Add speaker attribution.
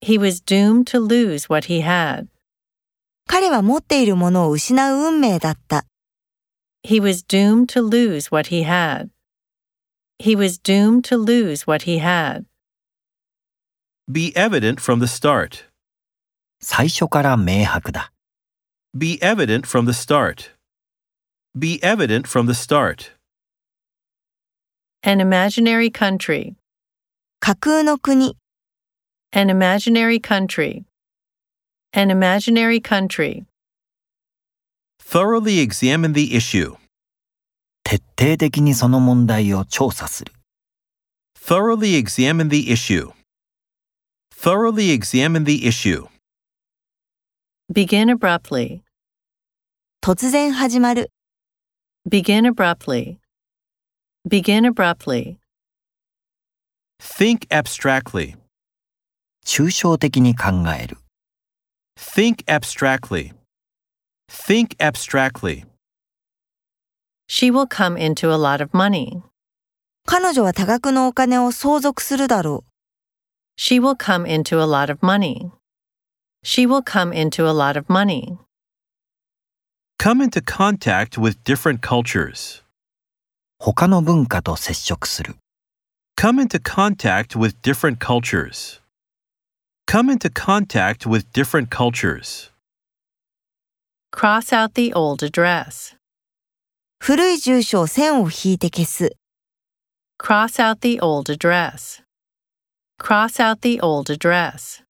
Speaker 1: he was doomed to lose what he had.
Speaker 2: 彼は持っているものを失う運命だった。
Speaker 1: He was doomed to lose what he had. He was doomed to lose what he had.
Speaker 3: Be evident from the start.
Speaker 4: 最初から明白だ。
Speaker 3: Be evident from the start. Be evident from the start.
Speaker 1: An imaginary country.
Speaker 2: 架空の国、
Speaker 1: An imaginary country. An imaginary country.
Speaker 3: Thoroughly examine the issue.
Speaker 4: 徹底的にその問題を調査する。
Speaker 3: Thoroughly examine the issue. Thoroughly examine the issue.
Speaker 1: Begin abruptly.
Speaker 2: 突然始まる、
Speaker 1: Begin abruptly. Begin abruptly.
Speaker 3: Think abstractly.
Speaker 4: 抽象的に考える。
Speaker 3: Think abstractly. Think abstractly.
Speaker 1: She will come into a lot of money.
Speaker 2: 彼女は多額のお金を相続するだろ
Speaker 1: She will come into a lot of money. She will come into a lot of money.
Speaker 3: Come into contact with different cultures.
Speaker 4: 他の文化と接触する。
Speaker 3: Come into contact with different cultures. Come into contact with different cultures.
Speaker 1: Cross out the old address.
Speaker 2: う。古い住所を線を引いて消す。
Speaker 1: Cross out the old address. Cross out the old address.